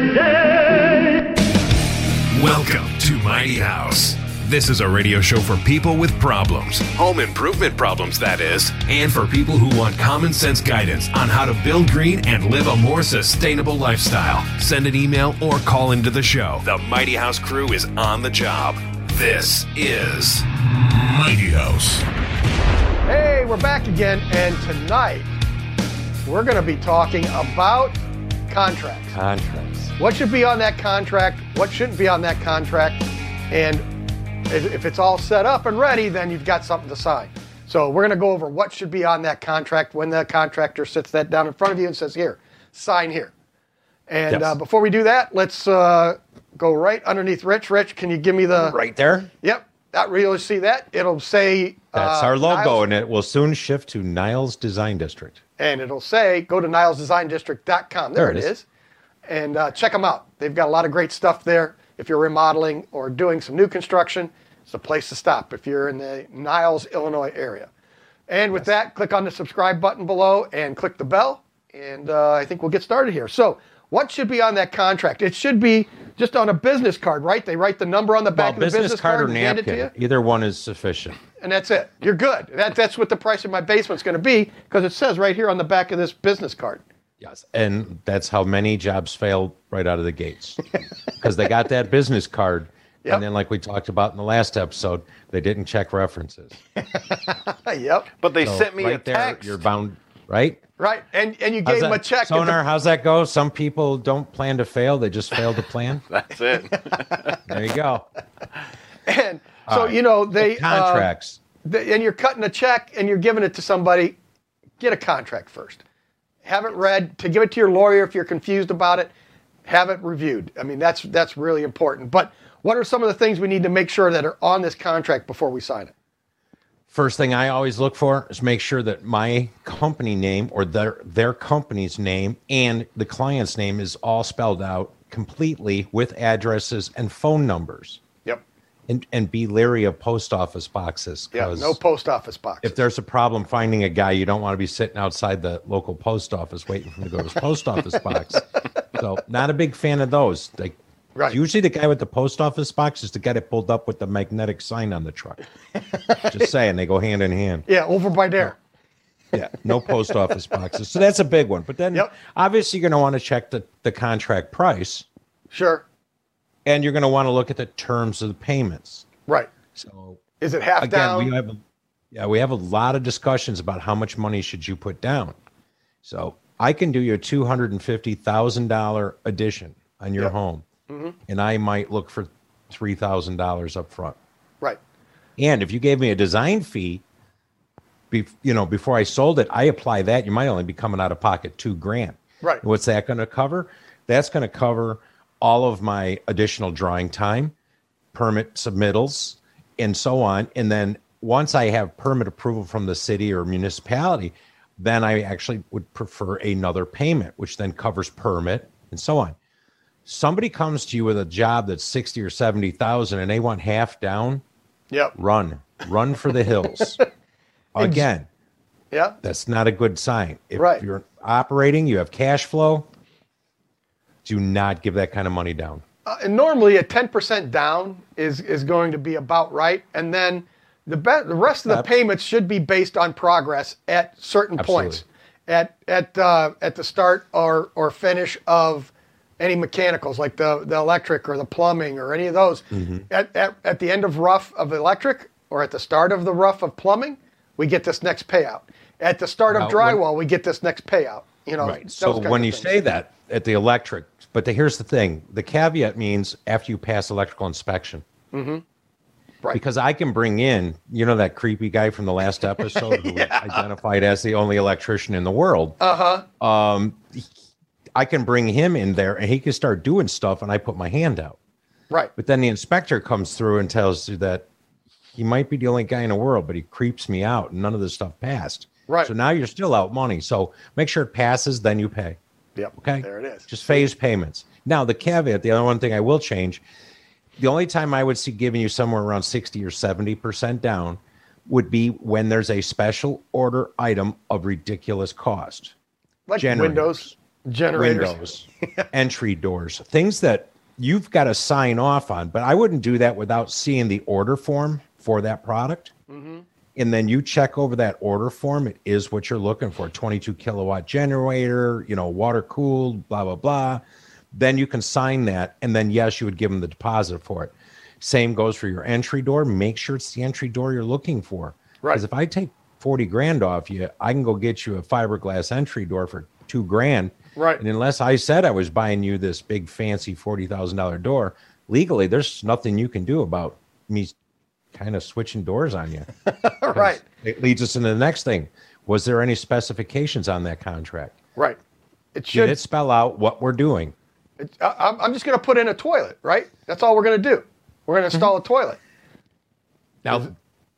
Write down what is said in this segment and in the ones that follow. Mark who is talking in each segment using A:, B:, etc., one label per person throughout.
A: today.
B: Welcome to Mighty House. This is a radio show for people with problems, home improvement problems, that is, and for people who want common sense guidance on how to build green and live a more sustainable lifestyle. Send an email or call into the show. The Mighty House crew is on the job. This is Mighty House.
C: Hey, we're back again, and tonight we're going to be talking about contracts.
D: Contracts.
C: What should be on that contract? What shouldn't be on that contract? And if if it's all set up and ready, then you've got something to sign. So we're going to go over what should be on that contract when the contractor sits that down in front of you and says, "Here, sign here." And
D: Yes.
C: uh, before we do that, let's uh, go right underneath Rich. Rich, can you give me the?
D: Right there.
C: Yep. Not really see that. It'll say.
D: That's
C: uh,
D: our logo,
C: Niles-
D: and it will soon shift to Niles Design District.
C: and it'll say go to nilesdesigndistrict.com. There,
D: There
C: it
D: it
C: is.
D: is.
C: And uh, check them out. They've got a lot of great stuff there. If you're remodeling or doing some new construction, it's a place to stop if you're in the Niles, Illinois area. And with that, click on the subscribe button below and click the bell. And uh, I think we'll get started here. So, what should be on that contract? It should be just on a business card, right? They write the number on the back
D: Well,
C: of the business, card,
D: or
C: and hand it to
D: napkin,
C: you
D: either one is sufficient.
C: and that's it. You're good. That, that's what the price of my basement's going to be because it says right here on the back of this business card.
D: Yes, and that's how many jobs fail right out of the gates because they got that business card,
C: Yep.
D: and then, like we talked about in the last episode, they didn't check references.
C: Hey, yep.
E: But they
D: So
E: sent me
D: right
E: a
D: there,
E: text.
D: You're bound, right?
C: Right. And and you
D: How's
C: gave him a
D: that-
C: check. at the-
D: Sonar, how's that go? Some people don't plan to fail; they just fail to plan.
E: That's it.
D: there you go.
C: Um, and so you know they uh,
D: Contracts.
C: th- and you're cutting a check and you're giving it to somebody. Get a contract first. Have it read. To give it to your lawyer if you're confused about it. Have it reviewed. I mean that's that's really important. But what are some of the things we need to make sure that are on this contract before we sign it?
D: first thing I always look for is make sure that my company name or their their company's name and the client's name is all spelled out completely with addresses and phone numbers.
C: Yep.
D: And and be leery of post office boxes
C: Yeah.
D: 'cause
C: No post office box.
D: if there's a problem finding a guy, you don't want to be sitting outside the local post office waiting for him to go to his post office box. So not a big fan of those. Like
C: Right.
D: usually the guy with the post office box is the guy that pulled up with the magnetic sign on the truck. Just saying, they go hand in hand.
C: yeah, over by there.
D: Yeah, no post office boxes. So that's a big one. But then
C: Yep.
D: obviously you're going to want to check the, the contract price
C: Sure.
D: and you're going to want to look at the terms of the payments.
C: Right.
D: So
C: Is it half
D: again,
C: down?
D: we have a, yeah, we have a lot of discussions about how much money should you put down. So I can do your two hundred and fifty thousand dollar addition on your
C: Yep. Mm-hmm.
D: home, and I might look for three thousand dollars up front.
C: right.
D: And if you gave me a design fee, be, you know, before I sold it, I apply that. You might only be coming out of pocket two grand.
C: Right.
D: What's that going to cover? That's going to cover all of my additional drawing time, permit submittals, and so on. And then once I have permit approval from the city or municipality, then I actually would prefer another payment, which then covers permit and so on. Somebody comes to you with a job that's sixty or seventy thousand, and they want half down
C: Yep.
D: run, run for the hills. Again,
C: Yeah.
D: that's not a good sign. If
C: Right.
D: you're operating, you have cash flow, do not give that kind of money down.
C: Uh, and normally a 10% down is is going to be about right and then the be- the rest of the
D: Ab-
C: payments should be based on progress at certain
D: Absolutely.
C: points at at uh, at the start or or finish of any mechanicals like the the electric or the plumbing or any of those
D: Mm-hmm.
C: at, at at the end of rough of electric or at the start of the rough of plumbing we get this next payout at the start of
D: Now, when-
C: drywall we get this next payout you know
D: Right.
C: those
D: So
C: kinds
D: when
C: of
D: you
C: things.
D: say that at the electric, but the, here's the thing the caveat means after you pass electrical inspection.
C: Mm-hmm. Right.
D: Because I can bring in, you know, that creepy guy from the last episode who was identified as the only electrician in the world. Uh huh. Um,
C: Uh-huh.
D: he- I can bring him in there and he can start doing stuff, and I put my hand out.
C: right
D: But then the inspector comes through and tells you that he might be the only guy in the world, but he creeps me out and none of this stuff passed.
C: Right.
D: So now you're still out money. So make sure it passes, then you pay.
C: yep
D: Okay.
C: there it is
D: Just phase payments. Now, the caveat, the other one thing I will change, the only time I would see giving you somewhere around 60 or 70% down would be when there's a special order item of ridiculous cost.
C: like
D: generators.
C: windows generators.
D: windows, entry doors, things that you've got to sign off on. But I wouldn't do that without seeing the order form for that product.
C: Mm-hmm.
D: And then you check over that order form. It is what you're looking for 22 kilowatt generator, you know, water cooled, blah, blah, blah. Then you can sign that. And then, yes, you would give them the deposit for it. Same goes for your entry door. Make sure it's the entry door you're looking for.
C: Right.
D: Because if I take 40 grand off you, I can go get you a fiberglass entry door for two grand.
C: Right.
D: And unless I said I was buying you this big fancy forty thousand dollar door, legally there's nothing you can do about me kind of switching doors on you.
C: right.
D: It leads us into the next thing. Was there any specifications on that contract?
C: Right. It
D: Did
C: should.
D: it spell out what we're doing?
C: it- I, I'm- I'm just going to put in a toilet, right? That's all we're going to do. We're going to install a toilet.
D: Now
C: Is
D: Mm-hmm.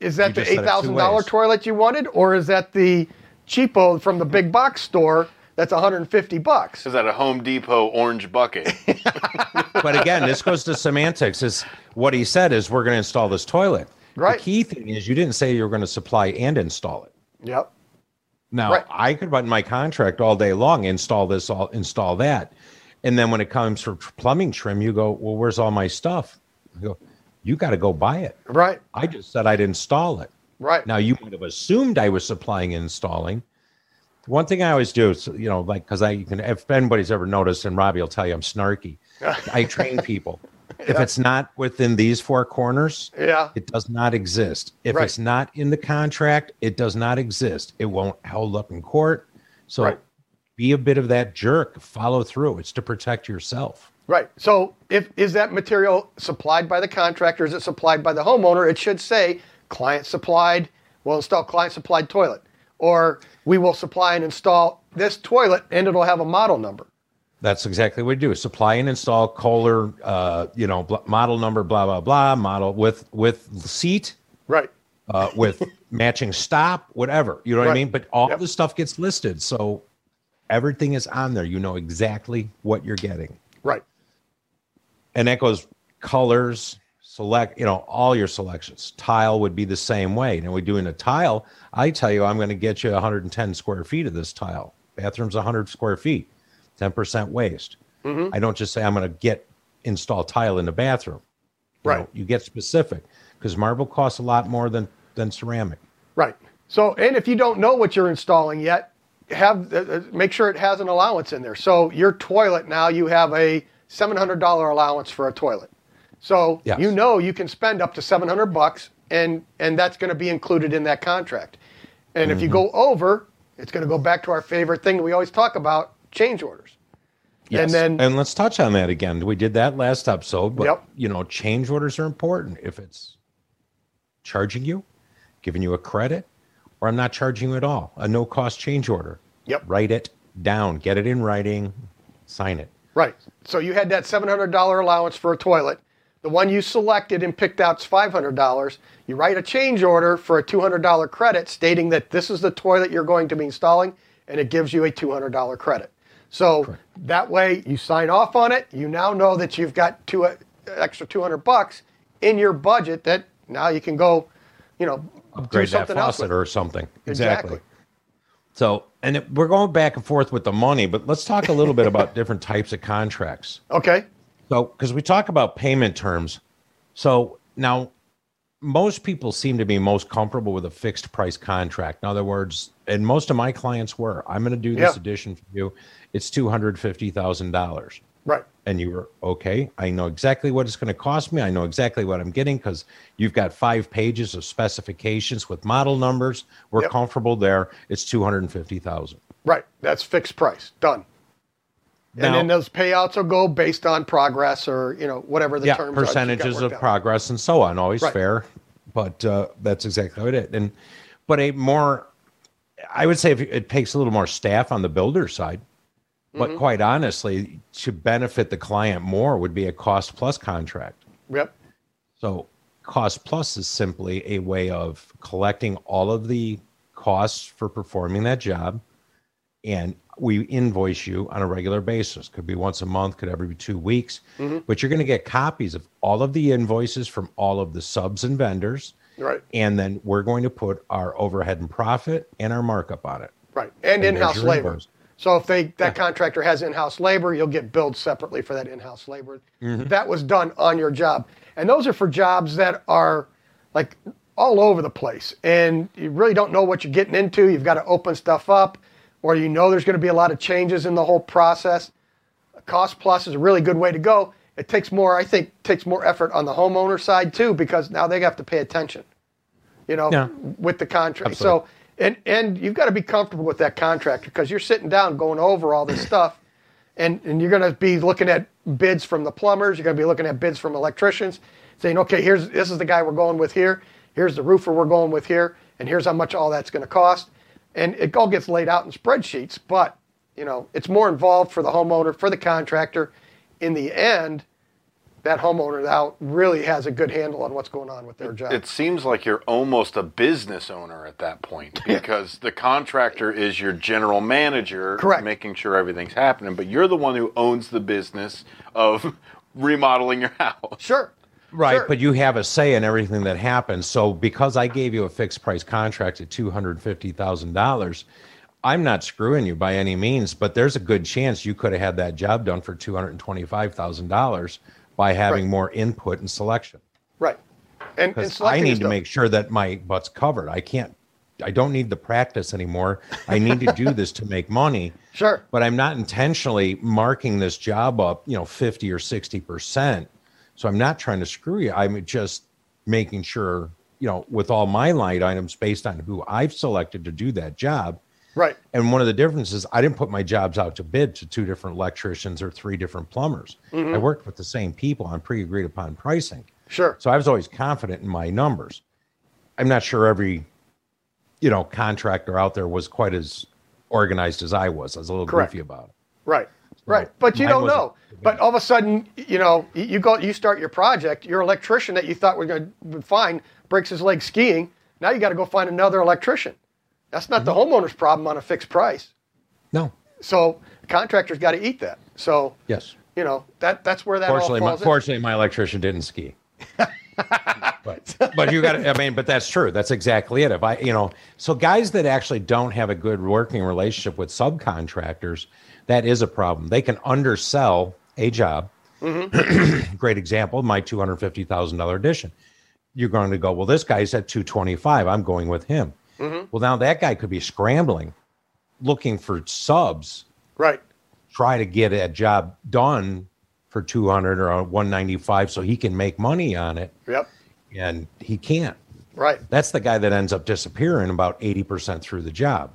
D: You
C: that the
D: just said
C: eight
D: it two
C: thousand dollar
D: ways.
C: toilet you wanted, or is that the cheapo from the
D: Mm-hmm.
C: big box store that's 150 bucks?
A: Is that a Home Depot orange bucket?
D: but again, this goes to semantics. Is what he said is we're going to install this toilet.
C: Right.
D: The key thing is you didn't say you were going to supply and install it.
C: Yep.
D: Now
C: Right.
D: I could run my contract all day long, install this, all install that, and then when it comes for tr- plumbing trim, you go, well, where's all my stuff? I go, you got to go buy it.
C: Right.
D: I just said I'd install it.
C: Right.
D: Now you might have assumed I was supplying and installing. One thing I always do is, you know, like because I you can if anybody's ever noticed, and Robbie will tell you I'm snarky. I train people. If it's not within these four corners,
C: Yeah.
D: it does not exist. If
C: Right.
D: it's not in the contract, it does not exist. It won't hold up in court. So
C: Right.
D: be a bit of that jerk. Follow through. It's to protect yourself.
C: Right. So, if is that material supplied by the contractor? Is it supplied by the homeowner? It should say client supplied. We'll install client supplied toilet, or we will supply and install this toilet, and it'll have a model number.
D: That's exactly what you do. Supply and install Kohler, uh, you know, bl- model number, blah blah blah, model with with seat,
C: Right.
D: uh, with matching stop, whatever. You know what I
C: Right.
D: mean? But all
C: Yep.
D: the stuff gets listed, so everything is on there. You know exactly what you're getting.
C: Right.
D: and that goes colors select you know all your selections tile would be the same way and we're doing a tile i tell you i'm going to get you 110 square feet of this tile bathrooms 100 square feet 10% waste i don't just say i'm going to get install tile in the bathroom You
C: Right.
D: know, you get specific because marble costs a lot more than than ceramic
C: Right. So, and if you don't know what you're installing yet, have uh, uh, make sure it has an allowance in there. So your toilet now you have a seven hundred dollar allowance for a toilet. So
D: Yes.
C: you know you can spend up to seven hundred bucks, and and that's going to be included in that contract. And if you go over, it's going to go back to our favorite thing we always talk about: change orders. And then
D: and let's touch on that again. We did that last episode, but
C: Yep.
D: you know, change orders are important. If it's charging you, giving you a credit, or I'm not charging you at all, a no cost change order.
C: Yep.
D: Write it down, get it in writing, sign it.
C: Right. So you had that $700 allowance for a toilet. The one you selected and picked out's $500. You write a change order for a $200 credit stating that this is the toilet you're going to be installing, and it gives you a $200 credit. So that way you sign off on it. You now know that you've got two uh, extra 200 bucks in your budget that now you can go, you know,
D: Upgrade
C: do
D: that
C: something else.
D: faucet
C: with.
D: or something.
C: Exactly.
D: So, and it, we're going back and forth with the money, but let's talk a little bit about different types of contracts.
C: Okay.
D: So, because we talk about payment terms, so now most people seem to be most comfortable with a fixed price contract. In other words, and most of my clients were, I'm going to do this
C: Yeah.
D: addition for you. It's two hundred fifty thousand dollars,
C: Right.
D: and you were okay. I know exactly what it's going to cost me. I know exactly what I'm getting because you've got five pages of specifications with model numbers. We're
C: Yep.
D: comfortable there. It's two hundred fifty thousand.
C: Right. That's fixed price. Done. and then those payouts will go based on progress or you know whatever the
D: yeah,
C: terms are that you've got
D: percentages of
C: worked out.
D: progress and so on. Always
C: Right.
D: fair, but uh, that's exactly what it. And but a more, I would say, if it takes a little more staff on the builder side. But
C: Mm-hmm.
D: quite honestly, to benefit the client more would be a cost plus contract.
C: Yep.
D: So cost plus is simply a way of collecting all of the costs for performing that job. And we invoice you on a regular basis. Could be once a month, could every two weeks. But you're going to get copies of all of the invoices from all of the subs and vendors.
C: Right.
D: And then we're going to put our overhead and profit and our markup on it.
C: Right. And,
D: And
C: in-house
D: there's your
C: labor.
D: invoice.
C: So if they that contractor has in-house labor, you'll get billed separately for that in-house labor.
D: Mm-hmm.
C: That was done on your job, and those are for jobs that are like all over the place, and you really don't know what you're getting into. You've got to open stuff up, or you know there's going to be a lot of changes in the whole process. Cost plus is a really good way to go. It takes more, I think, takes more effort on the homeowner side too, because now they have to pay attention you know,
D: Yeah.
C: with the contract.
D: Absolutely.
C: So, and and you've got to be comfortable with that contractor because you're sitting down going over all this stuff, and and you're going to be looking at bids from the plumbers. You're going to be looking at bids from electricians, saying, okay, here's this is the guy we're going with here. Here's the roofer we're going with here, and here's how much all that's going to cost. And it all gets laid out in spreadsheets, but you know it's more involved for the homeowner, for the contractor. In the end, that homeowner now really has a good handle on what's going on with their job.
A: It seems like you're almost a business owner at that point because the contractor is your general manager,
C: Correct.
A: making sure everything's happening, but you're the one who owns the business of remodeling your house.
C: sure.
D: Right,
C: Sure.
D: but you have a say in everything that happens. So because I gave you a fixed price contract at two hundred fifty thousand dollars, I'm not screwing you by any means. But there's a good chance you could have had that job done for two hundred twenty-five thousand dollars by having
C: Right.
D: more input and selection.
C: Right. And, and
D: Because I
C: selecting
D: need
C: is
D: to
C: dope.
D: make sure that my butt's covered. I can't. I don't need the practice anymore. I need to do this to make money.
C: Sure.
D: but I'm not intentionally marking this job up, you know, 50 or 60%. So I'm not trying to screw you. I'm just making sure, you know, with all my line items based on who I've selected to do that job.
C: Right.
D: And one of the differences, I didn't put my jobs out to bid to two different electricians or three different plumbers. I worked with the same people on pre agreed upon pricing.
C: Sure.
D: So I was always confident in my numbers. I'm not sure every, you know, contractor out there was quite as organized as I was. I was a little
C: Correct.
D: goofy about it.
C: Right. Right. But you
D: mine
C: don't
D: wasn't-
C: know. But all of a sudden, you know, you- you go, you start your project. Your electrician that you thought were going to find breaks his leg skiing. Now you got to go find another electrician. That's not the
D: Mm-hmm.
C: homeowner's problem on a fixed price.
D: No.
C: So the contractor's got to eat that. So
D: Yes.
C: you know that that's where that
D: Fortunately,
C: all
D: my,
C: falls. in.
D: fortunately, my electrician didn't ski. but, but you got to, I mean, but that's true. That's exactly it. If I, you know, so guys that actually don't have a good working relationship with subcontractors, that is a problem. They can undersell a job.
C: Mm-hmm.
D: Great example, my $250,000 addition. You're going to go, well, this guy's at 225. I'm going with him.
C: Mm-hmm.
D: Well, now that guy could be scrambling looking for subs
C: Right.
D: try to get a job done for 200 or 195 so he can make money on it
C: Yep.
D: and he can't
C: Right.
D: that's the guy that ends up disappearing about 80% through the job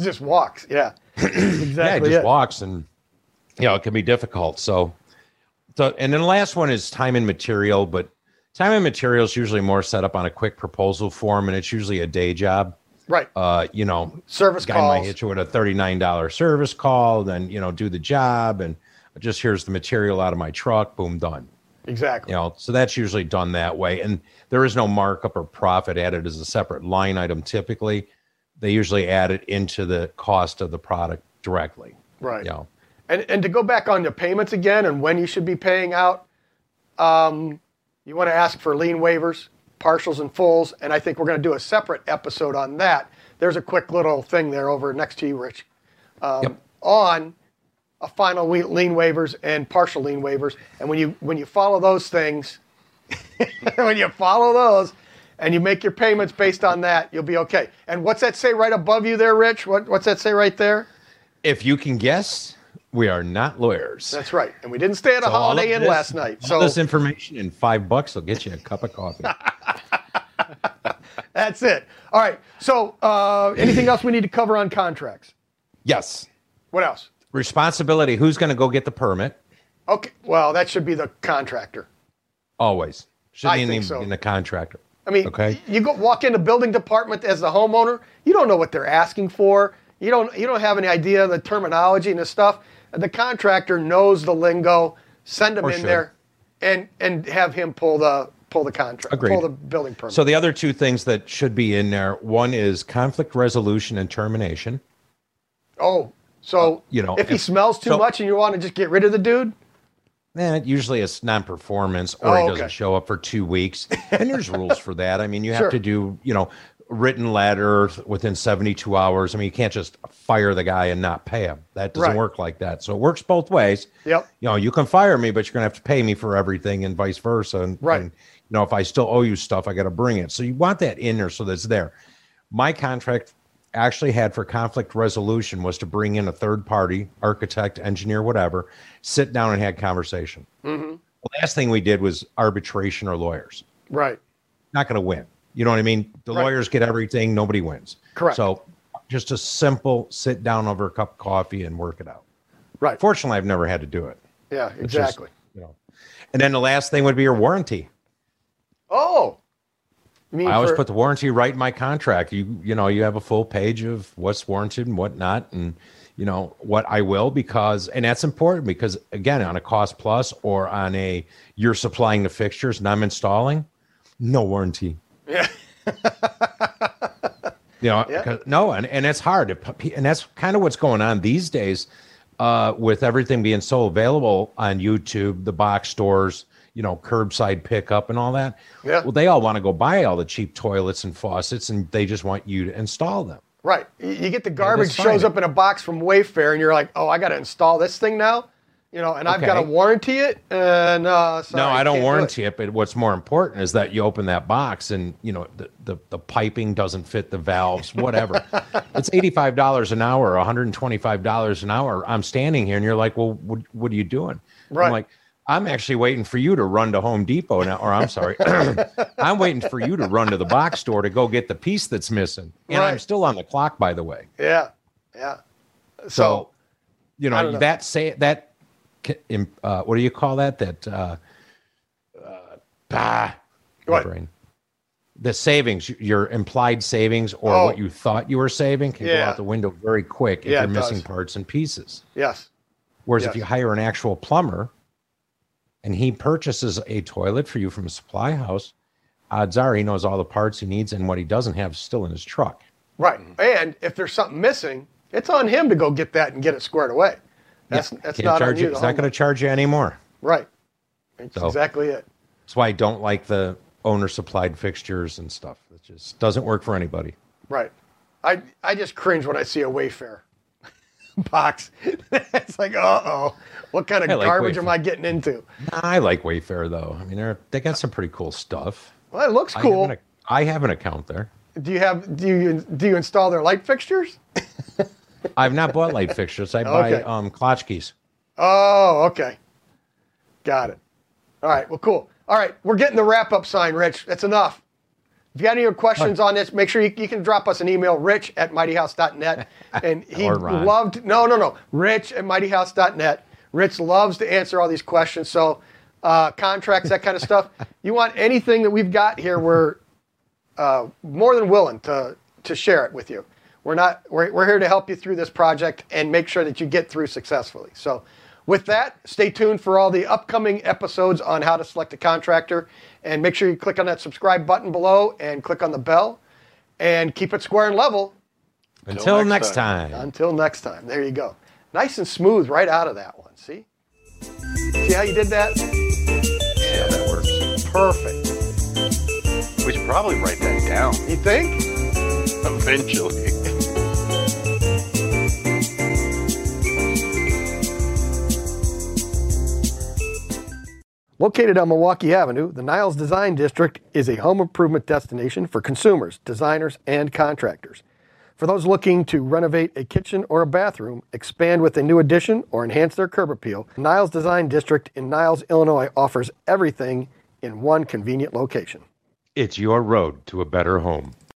C: just walks. Yeah.
D: yeah,
C: exactly.
D: it
C: it.
D: just walks and you know it can be difficult so so and then the last one is time and material but time and material is usually more set up on a quick proposal form and it's usually a day job
C: Right.
D: uh you know
C: Service
D: guy might
C: calls.
D: hit you with a $39 service call then you know do the job and just here's the material out of my truck boom done
C: Exactly.
D: you know so that's usually done that way and there is no markup or profit added as a separate line item typically they usually add it into the cost of the product directly
C: Right.
D: you know
C: And, and to go back on your payments again and when you should be paying out, um, you want to ask for lien waivers, partials, and fulls. And I think we're going to do a separate episode on that. There's a quick little thing there over next to you, Rich, Um,
D: yep.
C: on a final we- lien waivers and partial lien waivers. And when you when you follow those things, when you follow those, and you make your payments based on that, you'll be okay. And what's that say right above you there, Rich? What, what's that say right there?
D: if you can guess we are not lawyers
C: That's right. And we didn't stay at a
D: So all of
C: Holiday Inn
D: this-
C: last night.
D: all
C: So
D: this information in five bucks will get you a cup of coffee
C: That's it. All right. So, uh, anything else we need to cover on contracts?
D: yes
C: What else?
D: responsibility who's going to go get the permit
C: Okay. Well, that should be the contractor.
D: always
C: I
D: shouldn't even
C: think
D: be
C: so.
D: in the contractor
C: I mean,
D: Okay.
C: you go walk in the building department as the homeowner. You don't know what they're asking for. You don't. You don't have any idea of the terminology and the stuff. The contractor knows the lingo. Send him
D: Or
C: in
D: should.
C: there, and and have him pull the pull the contract.
D: Agreed.
C: Pull the building permit.
D: So the other two things that should be in there, one is conflict resolution and termination.
C: oh, so
D: you know,
C: if he
D: if-
C: smells too
D: so-
C: much and you want to just get rid of the dude,
D: Eh, usually it's non-performance or
C: Oh,
D: he
C: okay.
D: doesn't show up for two weeks. And there's rules for that. I mean, you have
C: Sure.
D: to do, you know, written letter within 72 hours. I mean, you can't just fire the guy and not pay him. That doesn't
C: Right.
D: work like that. So it works both ways.
C: Yep.
D: You know, you can fire me, but you're going to have to pay me for everything and vice versa. And,
C: Right.
D: and, you know, if I still owe you stuff, I got to bring it. So you want that in there so that's there. My contract actually had for conflict resolution was to bring in a third party, architect, engineer, whatever, sit down and had conversation.
C: Mm-hmm.
D: The last thing we did was arbitration or lawyers
C: Right.
D: not going to win. You know what I mean? The
C: Right.
D: lawyers get everything, nobody wins.
C: Correct.
D: So just a simple sit down over a cup of coffee and work it out.
C: Right.
D: Fortunately, I've never had to do it.
C: yeah.
D: It's just,
C: Exactly.
D: you know. And then the last thing would be your warranty.
C: oh. You mean
D: I always
C: for-
D: put the warranty right in my contract. You you know, you have a full page of what's warranted and what not and you know what I will because and that's important because again on a cost plus or on a you're supplying the fixtures and I'm installing, no warranty.
A: Yeah.
D: you know
C: Yeah.
D: because- no and, and it's hard It pu- and that's kind of what's going on these days uh, with everything being so available on youtube the box stores you know curbside pickup and all that
C: Yeah.
D: well they all want to go buy all the cheap toilets and faucets and they just want you to install them
C: Right. You- You get the garbage
D: fine.
C: shows up in a box from Wayfair, and you're like, oh, I got to install this thing now, you know, and I've got to
D: Okay.
C: warranty it. Uh, no, sorry,
D: no i
C: can't
D: don't
C: do it.
D: warranty it. but what's more important is that you open that box and you know the, the, the piping doesn't fit the valves whatever it's $85 an hour $125 an hour i'm standing here and you're like well what, what are you doing
C: Right.
D: i'm like i'm actually waiting for you to run to home depot now or i'm sorry i'm waiting for you to run to the box store to go get the piece that's missing and i'm
C: Right.
D: still on the clock by the way
C: Yeah. Yeah. So,
D: so, you
C: I
D: know,
C: don't know.
D: that say that ca- im- uh, what do you call that? That uh, uh, bah, my
C: What?
D: brain. The savings, your implied savings, or
C: Oh.
D: what you thought you were saving, can go
C: Yeah.
D: out the window very quick if
C: Yeah,
D: you're
C: it
D: missing
C: does.
D: parts and pieces.
C: yes.
D: Whereas
C: Yes.
D: if you hire an actual plumber and he purchases a toilet for you from a supply house, odds are he knows all the parts he needs and what he doesn't have is still in his truck.
C: Right.
D: Mm-hmm.
C: And if there's something missing, it's on him to go get that and get it squared away. That's, that's
D: Can't
C: not on
D: charge
C: you.
D: you.
C: to
D: He's not
C: humble.
D: going to charge you anymore.
C: Right. That's
D: So-
C: exactly it.
D: That's why I don't like the owner supplied fixtures and stuff. It just doesn't work for anybody.
C: Right. I, I just cringe when I see a Wayfair box. it's like, uh oh, what kind of
D: I like
C: garbage am
D: Wayfair.
C: I getting into?
D: I like Wayfair though. I mean, they're, they got some pretty cool stuff.
C: Well, it looks
D: I
C: cool.
D: have, an, I have an account there.
C: Do you have do you do you install their light fixtures?
D: I've not bought light fixtures. I buy
C: Okay.
D: um, Klotchkes.
C: Oh, okay. Got it. All right. Well, cool. All right. We're getting the wrap up sign, Rich. That's enough. If you got any questions on this, make sure you, you can drop us an email, rich at mightyhouse.net. And he
D: Or Ron.
C: loved, no, no, no, rich at mightyhouse.net. Rich loves to answer all these questions. So, uh, contracts, that kind of stuff. You want anything that we've got here, we're more than willing to to share it with you. We're not we're, we're here to help you through this project and make sure that you get through successfully. So with that, stay tuned for all the upcoming episodes on how to select a contractor and make sure you click on that subscribe button below and click on the bell and keep it square and level
D: Until
A: next
D: next time.
C: until next time. There you go. Nice and smooth right out of that one. See? See how you did that?
D: Yeah, that works.
C: Perfect.
A: We should probably write that down
C: You think?
A: eventually.
C: Located on Milwaukee Avenue, the Niles Design District is a home improvement destination for consumers, designers, and contractors. For those looking to renovate a kitchen or a bathroom, expand with a new addition, or enhance their curb appeal, Niles Design District in Niles, Illinois offers everything in one convenient location.
D: It's your road to a better home.